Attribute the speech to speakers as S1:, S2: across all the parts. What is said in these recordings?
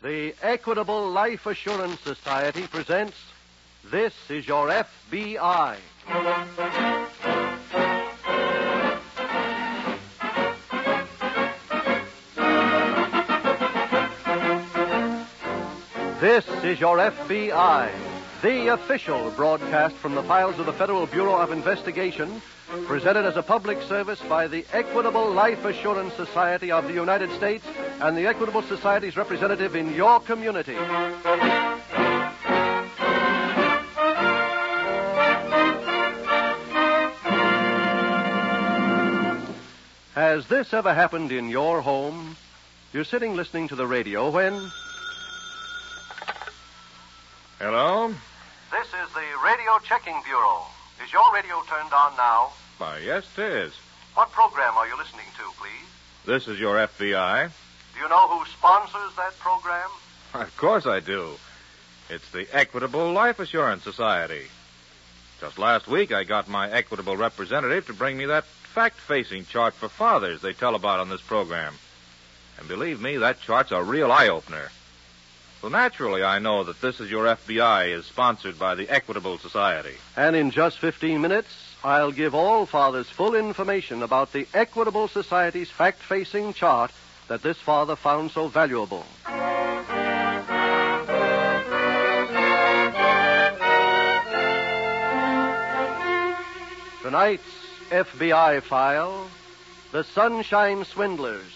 S1: The Equitable Life Assurance Society presents This is Your FBI. This is Your FBI, the official broadcast from the files of the Federal Bureau of Investigation, presented as a public service by the Equitable Life Assurance Society of the United States and the Equitable Society's representative in your community. Has this ever happened in your home? You're sitting listening to the radio when.
S2: Hello?
S1: This is the Radio Checking Bureau. Is your radio turned on now?
S2: Why, yes, it is.
S1: What program are you listening to, please?
S2: This is your FBI.
S1: Do you know who sponsors that program?
S2: Of course I do. It's the Equitable Life Assurance Society. Just last week, I got my equitable representative to bring me that fact facing chart for fathers they tell about on this program. And believe me, that chart's a real eye opener. Well, naturally, I know that This Is Your FBI is sponsored by the Equitable Society.
S1: And in just 15 minutes, I'll give all fathers full information about the Equitable Society's fact facing chart that this father found so valuable. Tonight's FBI file The Sunshine Swindlers.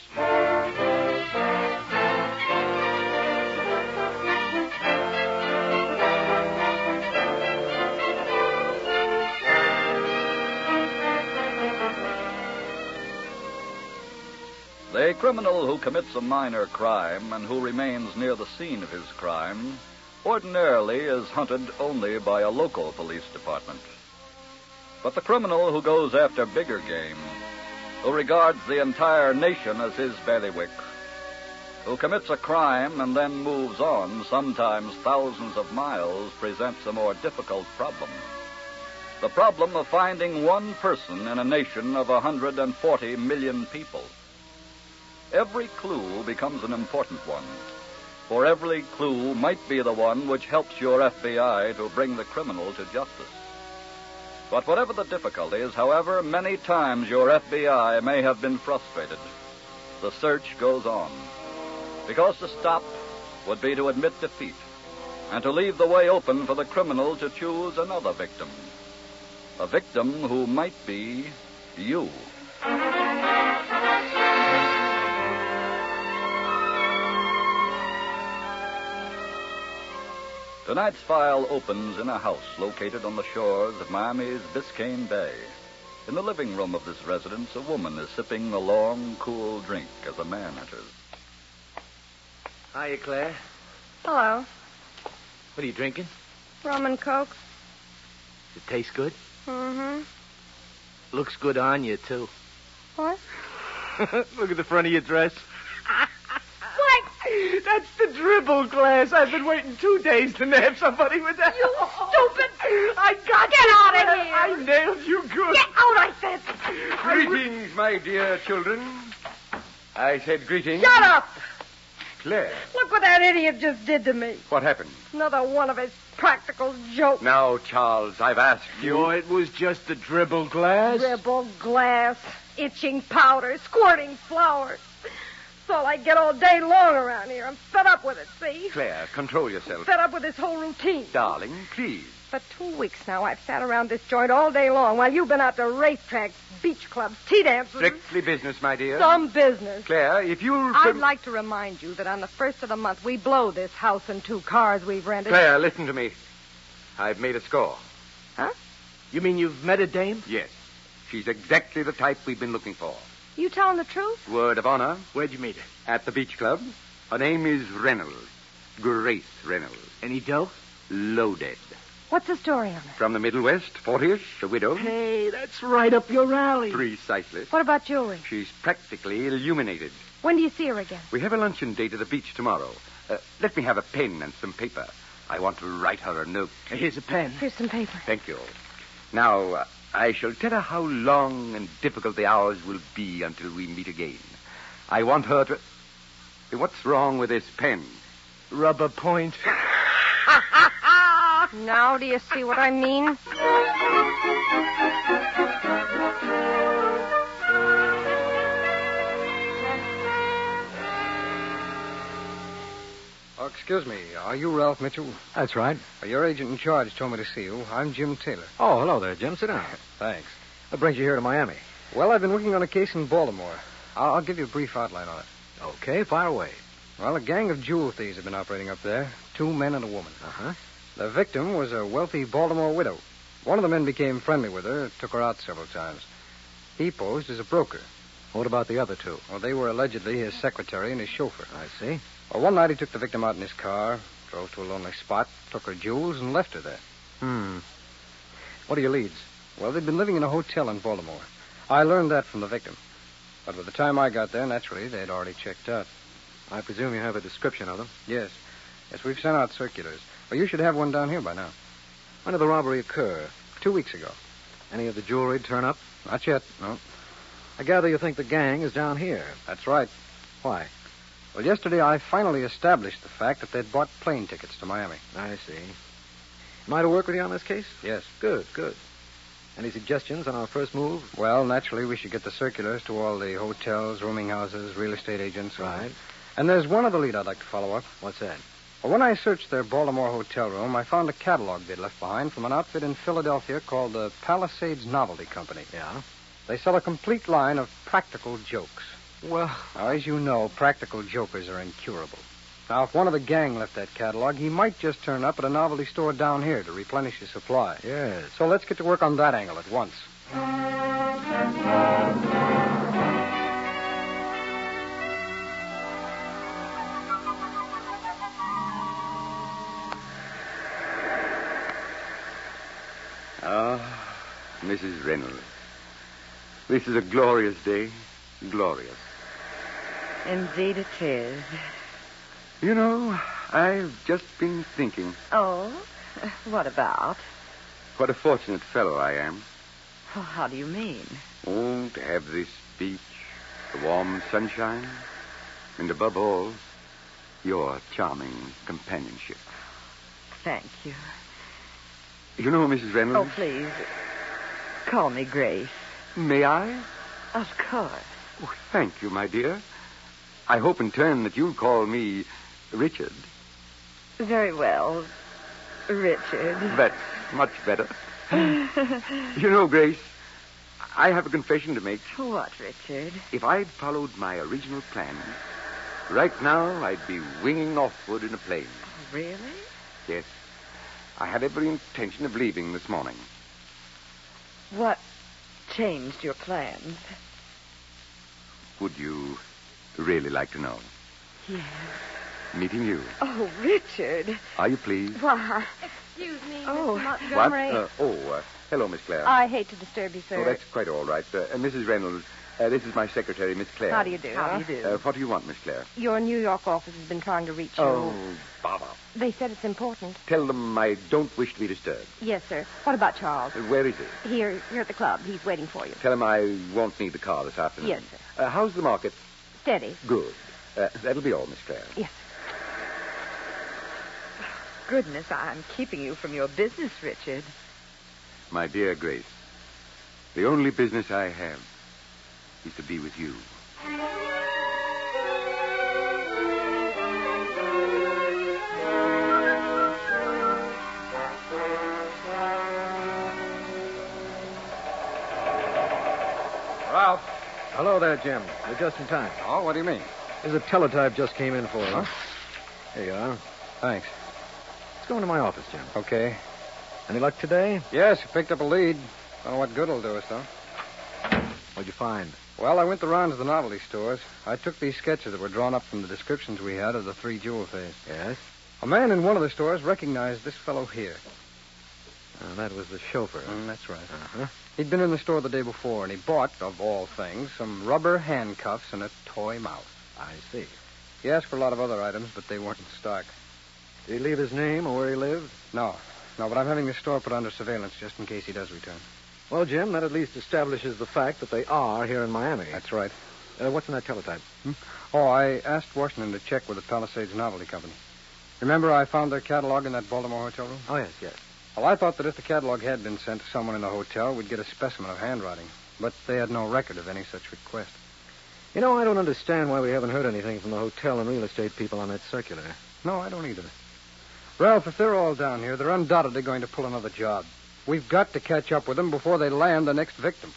S3: The criminal who commits a minor crime and who remains near the scene of his crime ordinarily is hunted only by a local police department. But the criminal who goes after bigger game, who regards the entire nation as his bailiwick, who commits a crime and then moves on, sometimes thousands of miles, presents a more difficult problem. The problem of finding one person in a nation of 140 million people. Every clue becomes an important one, for every clue might be the one which helps your FBI to bring the criminal to justice. But whatever the difficulties, however many times your FBI may have been frustrated, the search goes on. Because to stop would be to admit defeat and to leave the way open for the criminal to choose another victim. A victim who might be you. Tonight's file opens in a house located on the shores of Miami's Biscayne Bay. In the living room of this residence, a woman is sipping a long, cool drink as a man enters.
S1: Hiya, Claire.
S4: Hello.
S1: What are you drinking?
S4: Rum and Coke?
S1: Does it taste good?
S4: Mm-hmm.
S1: Looks good on you, too.
S4: What?
S1: Look at the front of your dress.
S5: What? That's the dribble glass. I've been waiting two days to nab somebody with that. You stupid! I got you.
S4: Get out of here.
S5: I nailed you good.
S4: Get out, I said!
S2: Greetings, my dear children. I said greetings.
S4: Shut up!
S2: Claire,
S4: Look what that idiot just did to me.
S2: what happened?
S4: Another one of his practical jokes.
S2: Now, Charles, I've asked
S5: Oh, it was just the dribble glass.
S4: Dribble, glass, itching powder, squirting flour. That's all I get all day long around here. I'm fed up with it, see?
S2: Claire, control yourself.
S4: Fed up with this whole routine.
S2: Darling, please.
S4: For two weeks now, I've sat around this joint all day long while you've been out to racetracks, beach clubs, tea dances.
S2: Strictly business, my dear.
S4: Some business.
S2: Claire, if you'll.
S4: I'd
S2: perm-
S4: like to remind you that on the first of the month, we blow this house and two cars we've rented.
S2: Claire, listen to me. I've made a score.
S5: You mean you've met a dame?
S2: Yes. She's exactly the type we've been looking for.
S4: You telling the truth?
S2: Word of honor
S5: Where'd you meet her?
S2: at the beach club. Her name is Reynolds. Grace Reynolds.
S6: Any dough? Loaded.
S4: What's the story on it?
S6: From the Middle West, 40ish, a widow.
S5: Hey, that's right up your alley.
S6: Precisely.
S4: What about Julie?
S6: She's practically illuminated.
S4: When do you see her again?
S6: We have a luncheon date at the beach tomorrow. Uh, let me have a pen and some paper. I want to write her a note.
S5: Here's a pen.
S4: Here's some paper.
S6: Thank you. Now, uh, I shall tell her how long and difficult the hours will be until we meet again. I want her to. What's wrong with this pen?
S5: Rubber point.
S4: Now do you see what I mean?
S3: Oh, excuse me. Are you Ralph Mitchell? Uh,
S7: That's right.
S3: Your agent in charge told me to see you. I'm Jim Taylor.
S7: Oh, hello there, Jim. Sit down.
S3: Thanks.
S7: That brings you here to Miami.
S3: Well, I've been working on a case in Baltimore. I'll, I'll give you a brief outline on it.
S7: Okay, fire away.
S3: Well, a gang of jewel thieves have been operating up there two men and a woman.
S7: Uh huh.
S3: The victim was a wealthy Baltimore widow. One of the men became friendly with her, took her out several times. He posed as a broker.
S7: What about the other two?
S3: Well, they were allegedly his secretary and his chauffeur.
S7: I see.
S3: Well, one night he took the victim out in his car, drove to a lonely spot, took her jewels, and left her there.
S7: Hmm.
S3: What are your leads? Well, they'd been living in a hotel in Baltimore. I learned that from the victim. But by the time I got there, naturally, they'd already checked out.
S7: I presume you have a description of them.
S3: Yes. Yes, we've sent out circulars. Well, you should have one down here by now.
S7: When did the robbery occur?
S3: Two weeks ago.
S7: Any of the jewelry turn up?
S3: Not yet, no.
S7: I gather you think the gang is down here.
S3: That's right.
S7: Why?
S3: Well, yesterday I finally established the fact that they'd bought plane tickets to Miami.
S7: I see. Am I to work with you on this case?
S3: Yes.
S7: Good, good. Any suggestions on our first move?
S3: Well, naturally, we should get the circulars to all the hotels, rooming houses, real estate agents.
S7: Right.
S3: And there's one other lead I'd like to follow up.
S7: What's that?
S3: Well, when I searched their Baltimore hotel room, I found a catalog they'd left behind from an outfit in Philadelphia called the Palisades Novelty Company.
S7: Yeah.
S3: They sell a complete line of practical jokes.
S7: Well,
S3: Now, as you know, practical jokers are incurable. Now, if one of the gang left that catalog, he might just turn up at a novelty store down here to replenish his supply.
S7: yes.
S3: So let's get to work on that angle at once.
S6: Ah, Mrs. Reynolds. This is a glorious day. Glorious.
S8: Indeed it is.
S6: You know, I've just been thinking
S8: Oh, what about?
S6: what a fortunate fellow I am.
S8: Oh, how do you mean?
S6: Oh, to have this beach, the warm sunshine, and above all, your charming companionship.
S8: Thank you.
S6: You know, Mrs.
S8: Oh,
S6: Reynolds,
S8: please, call me Grace.
S6: may I?
S8: Of course.
S6: Oh, thank you, my dear. I hope in turn that you'll call me Richard.
S8: Very well, Richard.
S6: That's much better. you know, Grace, I have a confession to make.
S8: What, Richard?
S6: If I'd followed my original plan, right now I'd be winging offward in a plane.
S8: Really?
S6: Yes. I had every intention of leaving this morning.
S8: What changed your plans?
S6: Would you really like to know?
S8: Yes.
S6: Meeting you.
S8: Oh, Richard.
S6: Are you pleased?
S8: Why,
S4: Excuse me,
S8: Oh.
S4: Mr.
S6: What?
S4: Montgomery.
S6: Uh, oh, uh, hello, Miss Claire.
S4: I hate to disturb you, sir.
S6: Oh, that's quite all right. Uh, uh, Mrs. Reynolds, uh, this is my secretary, Miss Claire.
S4: How do you do?
S8: how do you do?
S6: Uh, what do you want, Miss Claire?
S4: Your New York office has been trying to reach you.
S6: Baba.
S4: They said it's important.
S6: Tell them I don't wish to be disturbed.
S4: Yes, sir. What about Charles?
S6: Uh, Where is he?
S4: Here, here at the club. He's waiting for you.
S6: Tell him I won't need the car this afternoon.
S4: Yes,
S6: Uh, how's the market?
S4: Steady.
S6: Good. Uh, that'll be all, Miss Claire.
S4: Yes.
S8: Goodness, I'm keeping you from your business, Richard.
S6: My dear Grace, the only business I have is to be with you.
S9: Ralph.
S7: Hello there, Jim. You're just in time.
S3: Oh, what do you mean?
S7: There's a teletype just came in for you. Here you are.
S3: Thanks.
S7: Let's go into my office, Jim.
S3: Okay.
S7: Any luck today?
S3: Yes, you picked up a lead. Don't know what good it'll do us, though.
S7: What'd you find?
S3: Well, I went the rounds of the novelty stores. I took these sketches that were drawn up from the descriptions we had of the three jewel thieves.
S7: Yes.
S3: A man in one of the stores recognized this fellow here.
S7: Uh, that was the chauffeur.
S3: Mm, that's right. Uh-huh. He'd been in the store the day before, and he bought, of all things, some rubber handcuffs and a toy mouth.
S7: I see.
S3: He asked for a lot of other items, but they weren't in stock.
S7: Did he leave his name or where he lived?
S3: No. No, but I'm having the store put under surveillance just in case he does return.
S7: Well, Jim, that at least establishes the fact that they are here in Miami.
S3: That's right.
S7: Uh, what's in that teletype?
S3: Hmm? Oh, I asked Washington to check with the Palisades Novelty Company. Remember, I found their catalog in that Baltimore hotel room?
S7: Oh, yes, yes.
S3: Well, I thought that if the catalog had been sent to someone in the hotel, we'd get a specimen of handwriting. But they had no record of any such request.
S7: You know, I don't understand why we haven't heard anything from the hotel and real estate people on that circular.
S3: No, I don't either. Ralph, if they're all down here, they're undoubtedly going to pull another job. We've got to catch up with them before they land the next victim.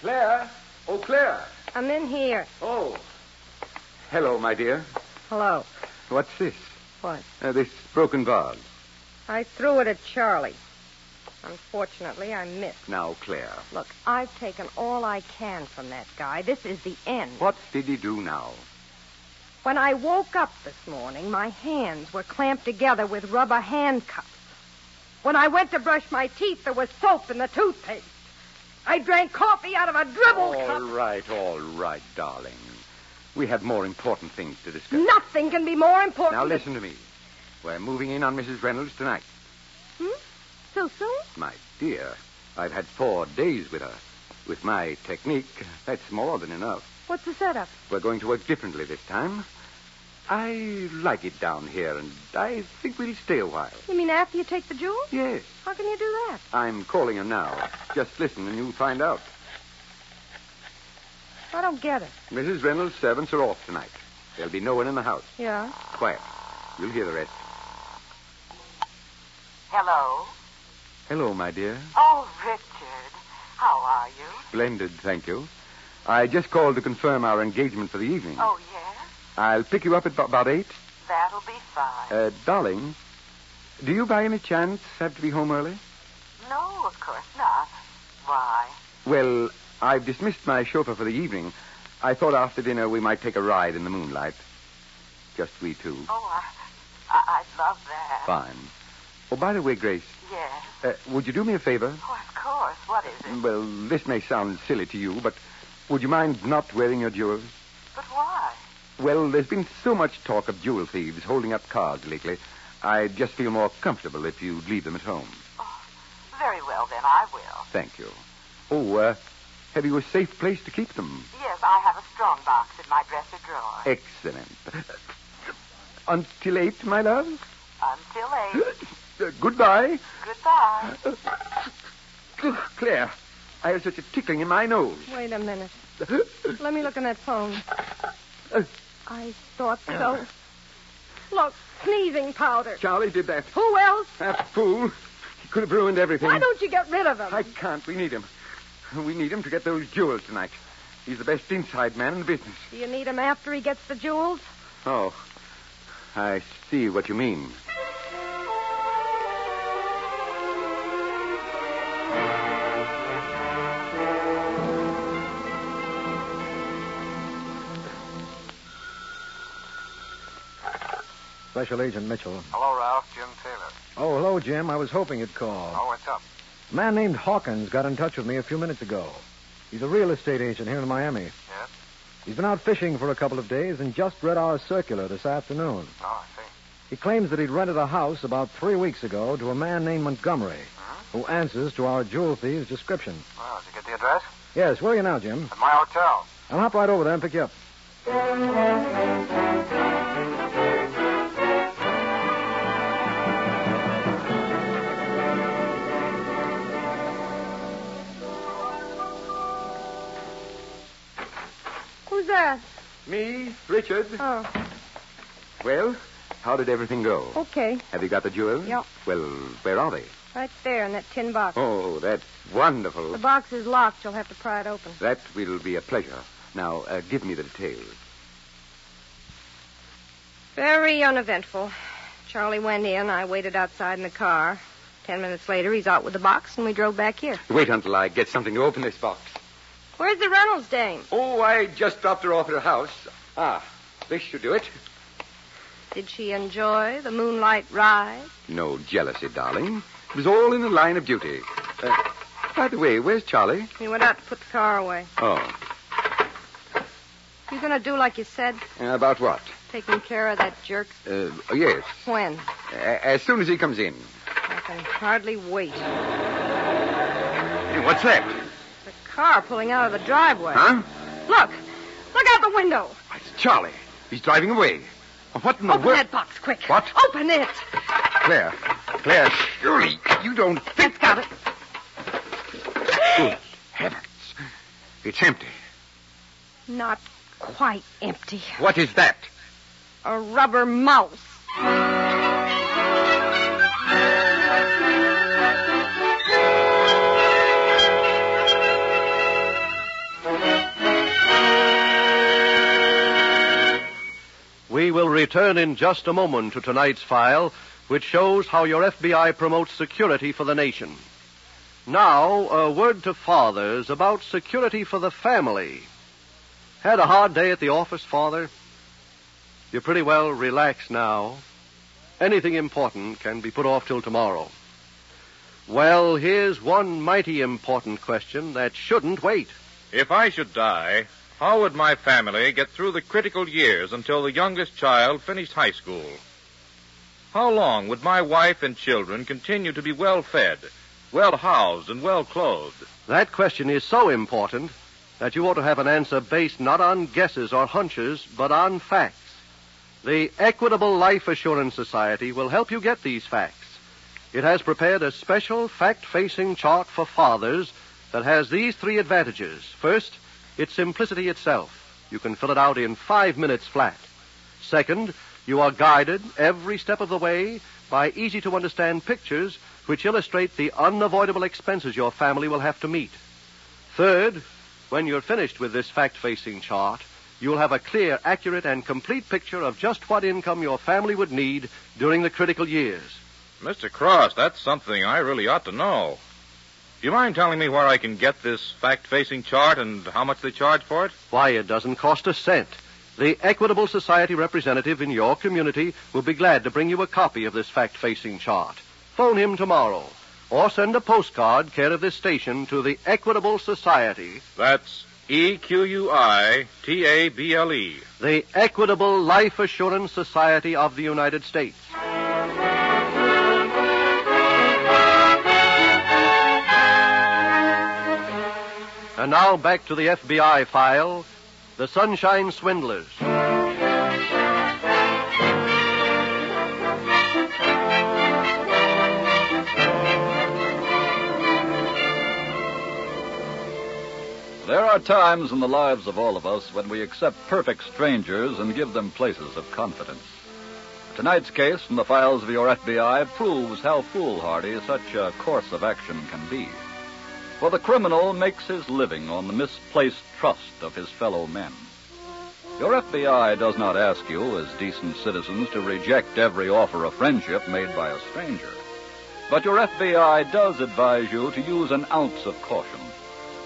S10: Claire? Oh, Claire.
S4: I'm in here.
S10: Oh.
S6: Hello, my dear.
S4: Hello.
S6: What's this?
S4: What?
S6: Uh, this broken vase.
S4: I threw it at Charlie. Unfortunately, I missed.
S6: Now, Claire.
S4: Look, I've taken all I can from that guy. This is the end.
S6: What did he do now?
S4: When I woke up this morning, my hands were clamped together with rubber handcuffs. When I went to brush my teeth, there was soap in the toothpaste. I drank coffee out of a dribble
S6: All
S4: cup.
S6: right, all right, darling. We have more important things to discuss.
S4: Nothing can be more important.
S6: Now
S4: than-
S6: listen to me. We're moving in on Mrs. Reynolds tonight.
S4: Hmm? So soon?
S6: My dear, I've had four days with her. With my technique, that's more than enough.
S4: What's the setup?
S6: We're going to work differently this time. I like it down here, and I think we'll stay a while.
S4: You mean after you take the jewels?
S6: Yes.
S4: How can you do that?
S6: I'm calling her now. Just listen, and you'll find out.
S4: I don't get it.
S6: Mrs. Reynolds' servants are off tonight. There'll be no one in the house.
S4: Yeah?
S6: Quiet. You'll hear the rest.
S11: Hello?
S6: Hello, my dear.
S11: Oh, Richard. How are you?
S6: Splendid, thank you. I just called to confirm our engagement for the evening.
S11: Oh, yes?
S6: I'll pick you up at b- about eight.
S11: That'll be fine.
S6: Uh, darling, do you by any chance have to be home early?
S11: No, of course not. Why?
S6: Well, I've dismissed my chauffeur for the evening. I thought after dinner we might take a ride in the moonlight. Just we two.
S11: Oh, I, I, I'd love that.
S6: Fine. Oh, by the way, Grace,
S11: Yes.
S6: uh, would you do me a favor?
S11: Oh, of course. What is
S12: Mm.
S11: it?
S6: Well, this may sound silly to you, but would you mind not wearing your jewels?
S11: But why?
S6: Well, there's been so much talk of jewel thieves holding up cards lately. I just feel more comfortable if you'd leave them at home.
S11: Very well, then, I will.
S6: Thank you. Oh, uh, have you a safe place to keep them?
S11: Yes, I have a strong box in my dresser drawer.
S6: Excellent. Uh, Until eight, my love.
S11: Until eight.
S6: Uh, goodbye.
S11: Goodbye.
S6: Ugh, Claire, I have such a tickling in my nose.
S4: Wait a minute. Let me look in that phone. I thought so. Look, sneezing powder.
S6: Charlie did that.
S4: Who else?
S6: That fool. He could have ruined everything.
S4: Why don't you get rid of him?
S6: I can't. We need him. We need him to get those jewels tonight. He's the best inside man in the business.
S4: Do you need him after he gets the jewels?
S6: Oh, I see what you mean.
S7: Special Agent Mitchell.
S12: Hello, Ralph. Jim Taylor.
S7: Oh, hello, Jim. I was hoping you'd call.
S12: Oh, what's up?
S7: A man named Hawkins got in touch with me a few minutes ago. He's a real estate agent here in Miami.
S12: Yes?
S7: He's been out fishing for a couple of days and just read our circular this afternoon.
S12: Oh, I see.
S7: He claims that he'd rented a house about three weeks ago to a man named Montgomery,
S12: Uh-huh.
S7: who answers to our jewel thief's description.
S12: Well, did you get the address?
S7: Yes, where are you now, Jim?
S12: At my hotel.
S7: I'll hop right over there and pick you up.
S4: Who's that?
S6: Me, Richard.
S4: Oh,
S6: Well, how did everything go?
S4: okay.
S6: Have you got the jewels?
S4: Yep.
S6: Well, where are they?
S4: Right there in that tin box.
S6: Oh, that's wonderful.
S4: The box is locked. You'll have to pry it open.
S6: That will be a pleasure. Now, uh, give me the details.
S4: Very uneventful. Charlie went in. I waited outside in the car. Ten minutes later, he's out with the box, and we drove back here.
S6: Wait until I get something to open this box.
S4: Where's the Reynolds dame?
S6: Oh, I just dropped her off at her house. Ah, this should do it.
S4: Did she enjoy the moonlight ride?
S6: No jealousy, darling. It was all in the line of duty. Uh, by the way, where's Charlie?
S4: He went out to put the car away.
S6: Oh,
S4: You gonna do like you said,
S6: Uh, about what?
S4: taking care of that jerk?
S6: Uh, yes,
S4: When?
S6: a- as soon as he comes in.
S4: I can hardly wait.
S6: Hey, what's that?
S4: The car pulling out of the driveway.
S6: Huh?
S4: Look! Look out the window!
S6: It's Charlie. He's driving away. What in the
S4: Open
S6: world?
S4: that box, quick.
S6: What?
S4: Open it!
S6: Claire. Claire, surely you don't think.
S4: Got it.
S6: Good heavens. It's empty.
S4: Not quite empty.
S6: What is that?
S4: A rubber mouse.
S3: We will return in just a moment to tonight's file, which shows how your FBI promotes security for the nation. Now, a word to fathers about security for the family. Had a hard day at the office, father? You're pretty well relaxed now. Anything important can be put off till tomorrow. Well, here's one mighty important question that shouldn't wait.
S2: If I should die, how would my family get through the critical years until the youngest child finished high school? How long would my wife and children continue to be well fed, well housed, and well clothed?
S3: That question is so important that you ought to have an answer based not on guesses or hunches, but on facts. The Equitable Life Assurance Society will help you get these facts. It has prepared a special fact facing chart for fathers that has these three advantages. First, it's simplicity itself. You can fill it out in five minutes flat. Second, you are guided every step of the way by easy to understand pictures which illustrate the unavoidable expenses your family will have to meet. Third, when you're finished with this fact facing chart, you'll have a clear, accurate, and complete picture of just what income your family would need during the critical years.
S2: Mr. Cross, that's something I really ought to know. Do you mind telling me where I can get this fact facing chart and how much they charge for it?
S3: Why, it doesn't cost a cent. The Equitable Society representative in your community will be glad to bring you a copy of this fact facing chart. Phone him tomorrow or send a postcard care of this station to the Equitable Society.
S2: That's E Q U I T A B L E.
S3: the Equitable Life Assurance Society of the United States. And now back to the FBI file The Sunshine Swindlers.
S13: There are times in the lives of all of us when we accept perfect strangers and give them places of confidence. Tonight's case from the files of your FBI proves how foolhardy such a course of action can be. For the criminal makes his living on the misplaced trust of his fellow men. Your FBI does not ask you, as decent citizens, to reject every offer of friendship made by a stranger. But your FBI does advise you to use an ounce of caution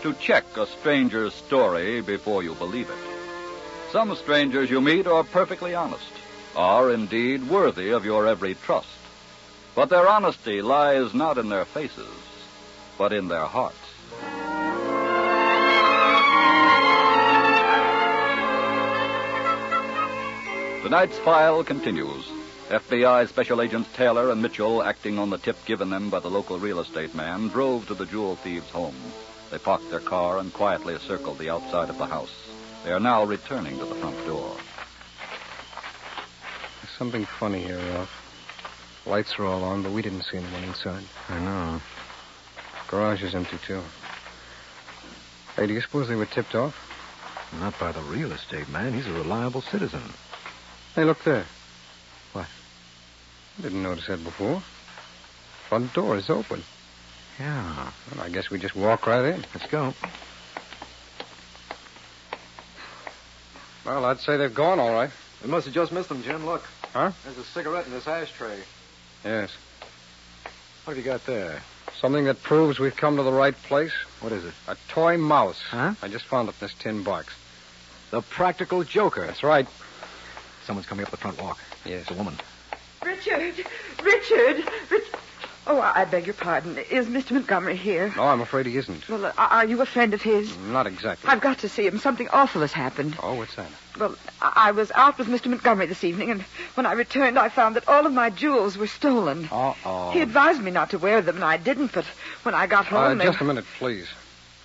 S13: to check a stranger's story before you believe it. Some strangers you meet are perfectly honest, are indeed worthy of your every trust. But their honesty lies not in their faces, but in their hearts. Tonight's file continues. FBI Special Agents Taylor and Mitchell, acting on the tip given them by the local real estate man, drove to the jewel thieves' home. They parked their car and quietly circled the outside of the house. They are now returning to the front door.
S14: There's something funny here, Ralph. Lights were all on, but we didn't see anyone inside. I know. Garage is empty, too. Hey, do you suppose they were tipped off?
S15: Not by the real estate man. He's a reliable citizen.
S14: Hey, look there. What? I didn't notice that before. Front door is open.
S15: Yeah.
S14: Well, I guess we just walk right in. Let's go. Well, I'd say they've gone all right.
S15: We must have just missed him, Jim. Look.
S14: Huh?
S15: There's a cigarette in this ashtray.
S14: Yes.
S6: What have you got there? Something that proves we've come to the right place. What is it? A toy mouse. Huh? I just found it in this tin box. The practical joker. That's right.
S16: Someone's coming up the front walk. Yes. A woman.
S17: Richard, Richard, Rich. Oh, I I beg your pardon. Is Mr. Montgomery here?
S6: No, I'm afraid he isn't.
S17: Well, uh, are you a friend of his?
S6: Mm, Not exactly.
S17: I've got to see him. Something awful has happened.
S6: Oh, what's that?
S17: Well, I I was out with Mr. Montgomery this evening, and when I returned, I found that all of my jewels were stolen.
S6: Uh-oh.
S17: He advised me not to wear them, and I didn't, but when I got home.
S6: Uh,
S17: they-
S6: just a minute, please.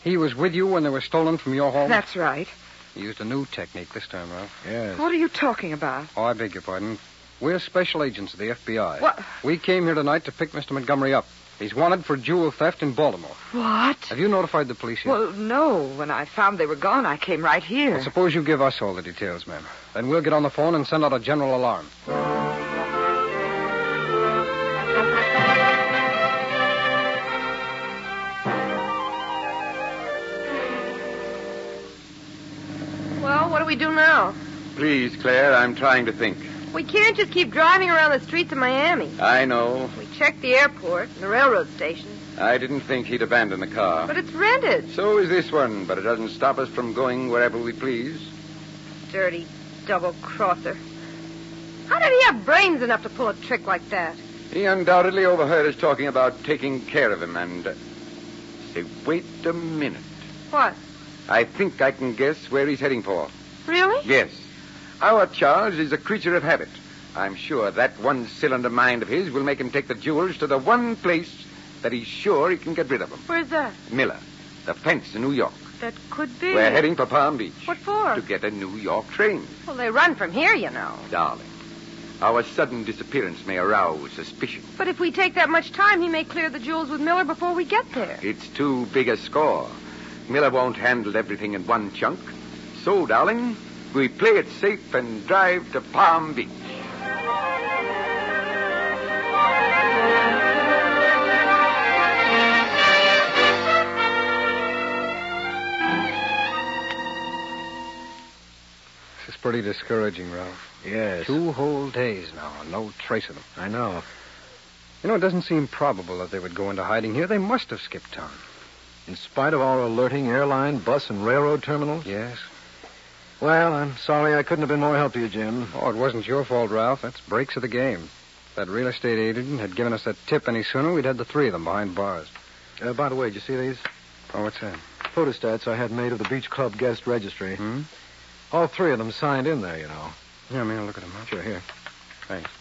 S6: He was with you when they were stolen from your home?
S17: That's right.
S6: He used a new technique this time, Ralph. Yes.
S17: What are you talking about?
S6: Oh, I beg your pardon. We're special agents of the FBI.
S17: What?
S6: We came here tonight to pick Mr. Montgomery up. He's wanted for jewel theft in Baltimore.
S17: What?
S6: Have you notified the police yet?
S17: Well, no. When I found they were gone, I came right here.
S6: Well, suppose you give us all the details, ma'am. Then we'll get on the phone and send out a general alarm.
S4: Well, what do we do now?
S3: Please, Claire, I'm trying to think.
S4: We can't just keep driving around the streets of Miami.
S3: I know.
S4: We checked the airport and the railroad station,
S3: I didn't think he'd abandon the car.
S4: but it's rented.
S3: So is this one, but it doesn't stop us from going wherever we please.
S4: Dirty double crosser. How did he have brains enough to pull a trick like that?
S3: He undoubtedly overheard us talking about taking care of him and. Uh, say, wait a minute.
S4: What?
S3: I think I can guess where he's heading for.
S4: Really?
S3: Yes. Our Charles is a creature of habit. I'm sure that one cylinder mind of his will make him take the jewels to the one place that he's sure he can get rid of them
S4: Where's that?
S3: Miller, the fence in New York.
S4: That could be.
S3: We're heading for Palm Beach
S4: What for?
S3: to get a New York train.
S4: Well, they run from here, you know.
S3: Darling, our sudden disappearance may arouse suspicion.
S4: But if we take that much time, he may clear the jewels with Miller before we get there.
S3: It's too big a score. Miller won't handle everything in one chunk. So, darling, we play it safe and drive to Palm Beach.
S6: This is pretty discouraging, Ralph. Yes. Two whole days now, and no trace of them. I know. You know, it doesn't seem probable that they would go into hiding here. They must have skipped town.
S16: In spite of our alerting airline, bus, and railroad terminals?
S6: Yes.
S16: Well, I'm sorry I couldn't have been more help to you, Jim.
S6: Oh, it wasn't your fault, Ralph. That's breaks of the game. If that real estate agent had given us that tip any sooner, we'd had the three of them behind bars.
S16: Uh, by the way, did you see these?
S6: Oh, what's that?
S16: Photostats I had made of the Beach Club guest registry. Hmm? All three of them signed in there, you know.
S6: Yeah, may I look at them up?
S16: Sure, here. Thanks.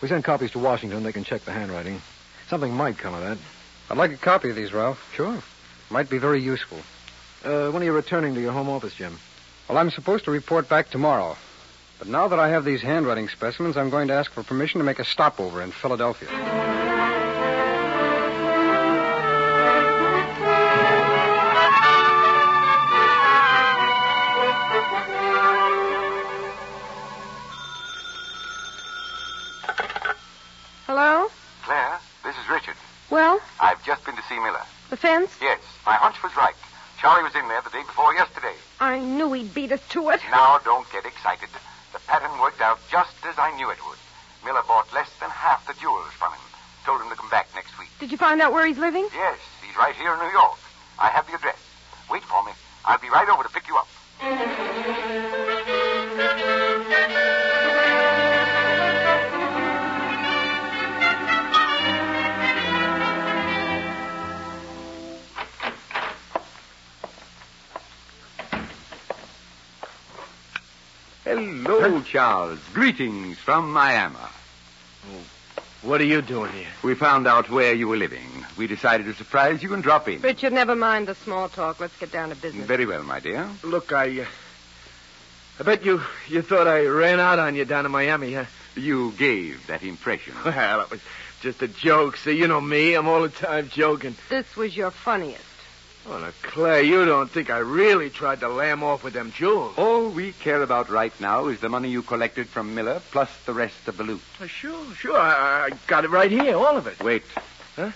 S16: We send copies to Washington. They can check the handwriting. Something might come of that.
S6: I'd like a copy of these, Ralph.
S16: Sure.
S6: Might be very useful.
S16: Uh, when are you returning to your home office, Jim?
S6: Well, I'm supposed to report back tomorrow. But now that I have these handwriting specimens, I'm going to ask for permission to make a stopover in Philadelphia.
S4: Hello?
S12: Claire, this is Richard.
S4: Well,
S12: I've just been to see Miller.
S4: the fence?
S12: Yes, my hunch was right. Charlie was in there the day before yesterday.
S4: I knew he'd beat us to it.
S12: Now, Oh, don't get excited. The pattern worked out just as I knew it would. Miller bought less than half the jewels from him. Told him to come back next week.
S4: Did you find out where he's living?
S12: Yes, he's right here in New York. I have the address. Wait for me. I'll be right over to pick you up.
S3: Hello, Charles. Greetings from Miami.
S18: What are you doing here?
S3: We found out where you were living. We decided to surprise you and drop in.
S4: Richard, never mind the small talk. Let's get down to business.
S3: Very well, my dear.
S18: Look, I. Uh, I bet you you thought I ran out on you down in Miami, huh?
S3: You gave that impression.
S18: Well, it was just a joke. See, you know me. I'm all the time joking.
S4: This was your funniest.
S18: Oh, now, Claire, you don't think I really tried to lam off with them jewels?
S3: All we care about right now is the money you collected from Miller plus the rest of the loot.
S18: Oh, Sure, sure. I, I got it right here, all of it.
S3: Wait.
S18: Huh?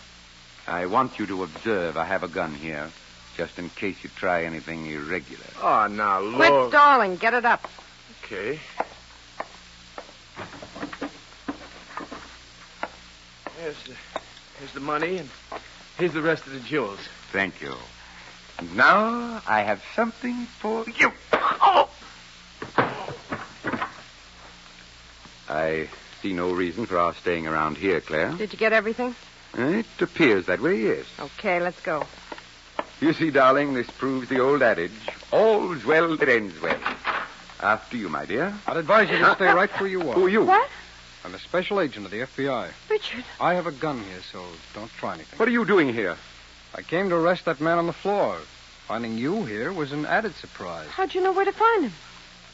S3: I want you to observe I have a gun here, just in case you try anything irregular.
S18: Oh, now,
S4: Quick,
S18: Lord.
S4: darling, get it up.
S18: Okay. Yes. uh,
S19: Here's the money, and here's the rest of the jewels.
S6: Thank you. And now I have something for you. Oh! I see no reason for our staying around here, Claire.
S4: Did you get everything?
S6: It appears that way, yes.
S4: Okay, let's go.
S6: You see, darling, this proves the old adage all's well that ends well. After you, my dear.
S3: I'd advise you to stay right where you are.
S6: Who are you?
S4: What?
S3: I'm a special agent of the FBI.
S4: Richard.
S3: I have a gun here, so don't try anything.
S6: What are you doing here?
S3: I came to arrest that man on the floor. Finding you here was an added surprise.
S4: How'd you know where to find him?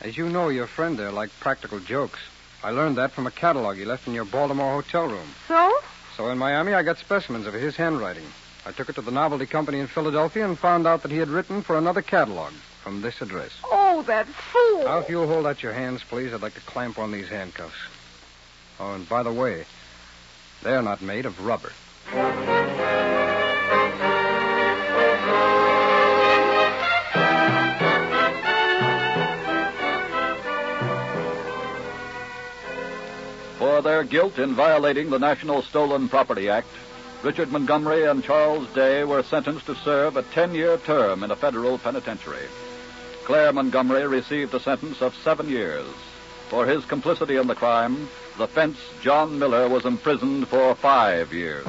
S3: As you know, your friend there liked practical jokes. I learned that from a catalog he left in your Baltimore hotel room.
S4: So?
S3: So in Miami, I got specimens of his handwriting. I took it to the novelty company in Philadelphia and found out that he had written for another catalog from this address.
S4: Oh, that fool.
S3: Now, if you'll hold out your hands, please, I'd like to clamp on these handcuffs. Oh, and by the way, they're not made of rubber.
S10: For their guilt in violating the National Stolen Property Act, Richard Montgomery and Charles Day were sentenced to serve a 10 year term in a federal penitentiary. Claire Montgomery received a sentence of seven years. For his complicity in the crime, the fence John Miller was imprisoned for five years.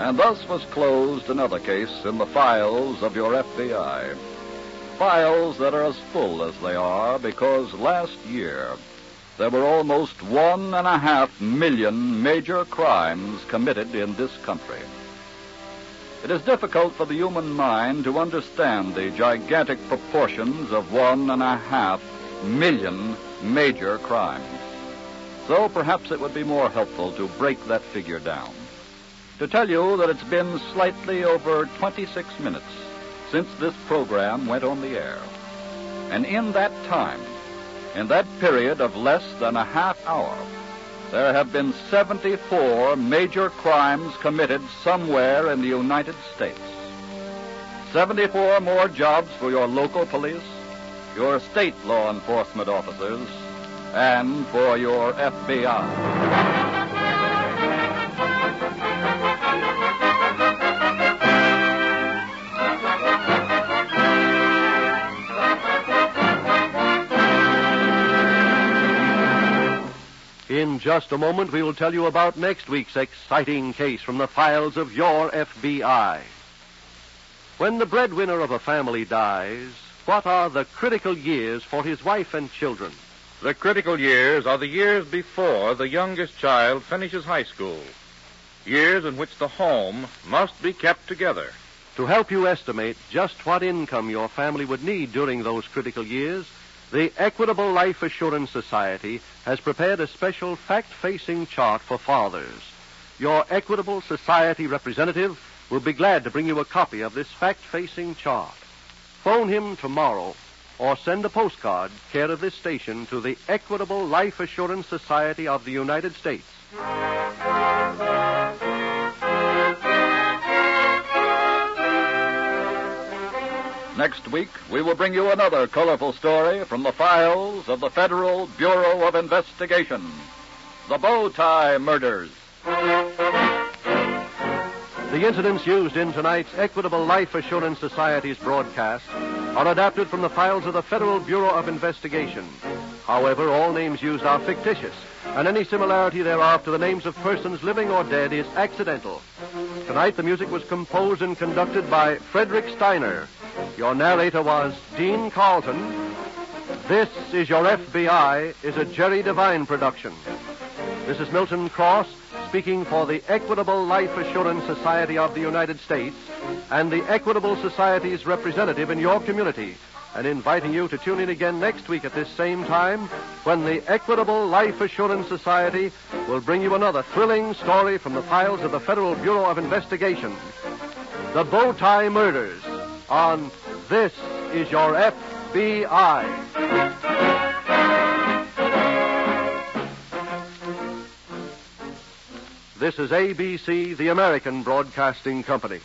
S10: And thus was closed another case in the files of your FBI. Files that are as full as they are because last year there were almost one and a half million major crimes committed in this country. It is difficult for the human mind to understand the gigantic proportions of one and a half million major crimes. So perhaps it would be more helpful to break that figure down. To tell you that it's been slightly over 26 minutes since this program went on the air. And in that time, in that period of less than a half hour, there have been 74 major crimes committed somewhere in the United States. 74 more jobs for your local police, your state law enforcement officers, and for your FBI.
S2: In just a moment, we will tell you about next week's exciting case from the files of your FBI. When the breadwinner of a family dies, what are the critical years for his wife and children?
S9: The critical years are the years before the youngest child finishes high school, years in which the home must be kept together.
S2: To help you estimate just what income your family would need during those critical years, the Equitable Life Assurance Society has prepared a special fact facing chart for fathers. Your Equitable Society representative will be glad to bring you a copy of this fact facing chart. Phone him tomorrow or send a postcard, care of this station, to the Equitable Life Assurance Society of the United States.
S10: Next week, we will bring you another colorful story from the files of the Federal Bureau of Investigation the Bow Tie Murders.
S2: The incidents used in tonight's Equitable Life Assurance Society's broadcast are adapted from the files of the Federal Bureau of Investigation. However, all names used are fictitious, and any similarity thereof to the names of persons living or dead is accidental. Tonight, the music was composed and conducted by Frederick Steiner. Your narrator was Dean Carlton. This is Your FBI is a Jerry Devine production. This is Milton Cross speaking for the Equitable Life Assurance Society of the United States and the Equitable Society's representative in your community and inviting you to tune in again next week at this same time when the Equitable Life Assurance Society will bring you another thrilling story from the files of the Federal Bureau of Investigation. The Bow Tie Murders on This Is Your FBI. This is ABC, the American Broadcasting Company.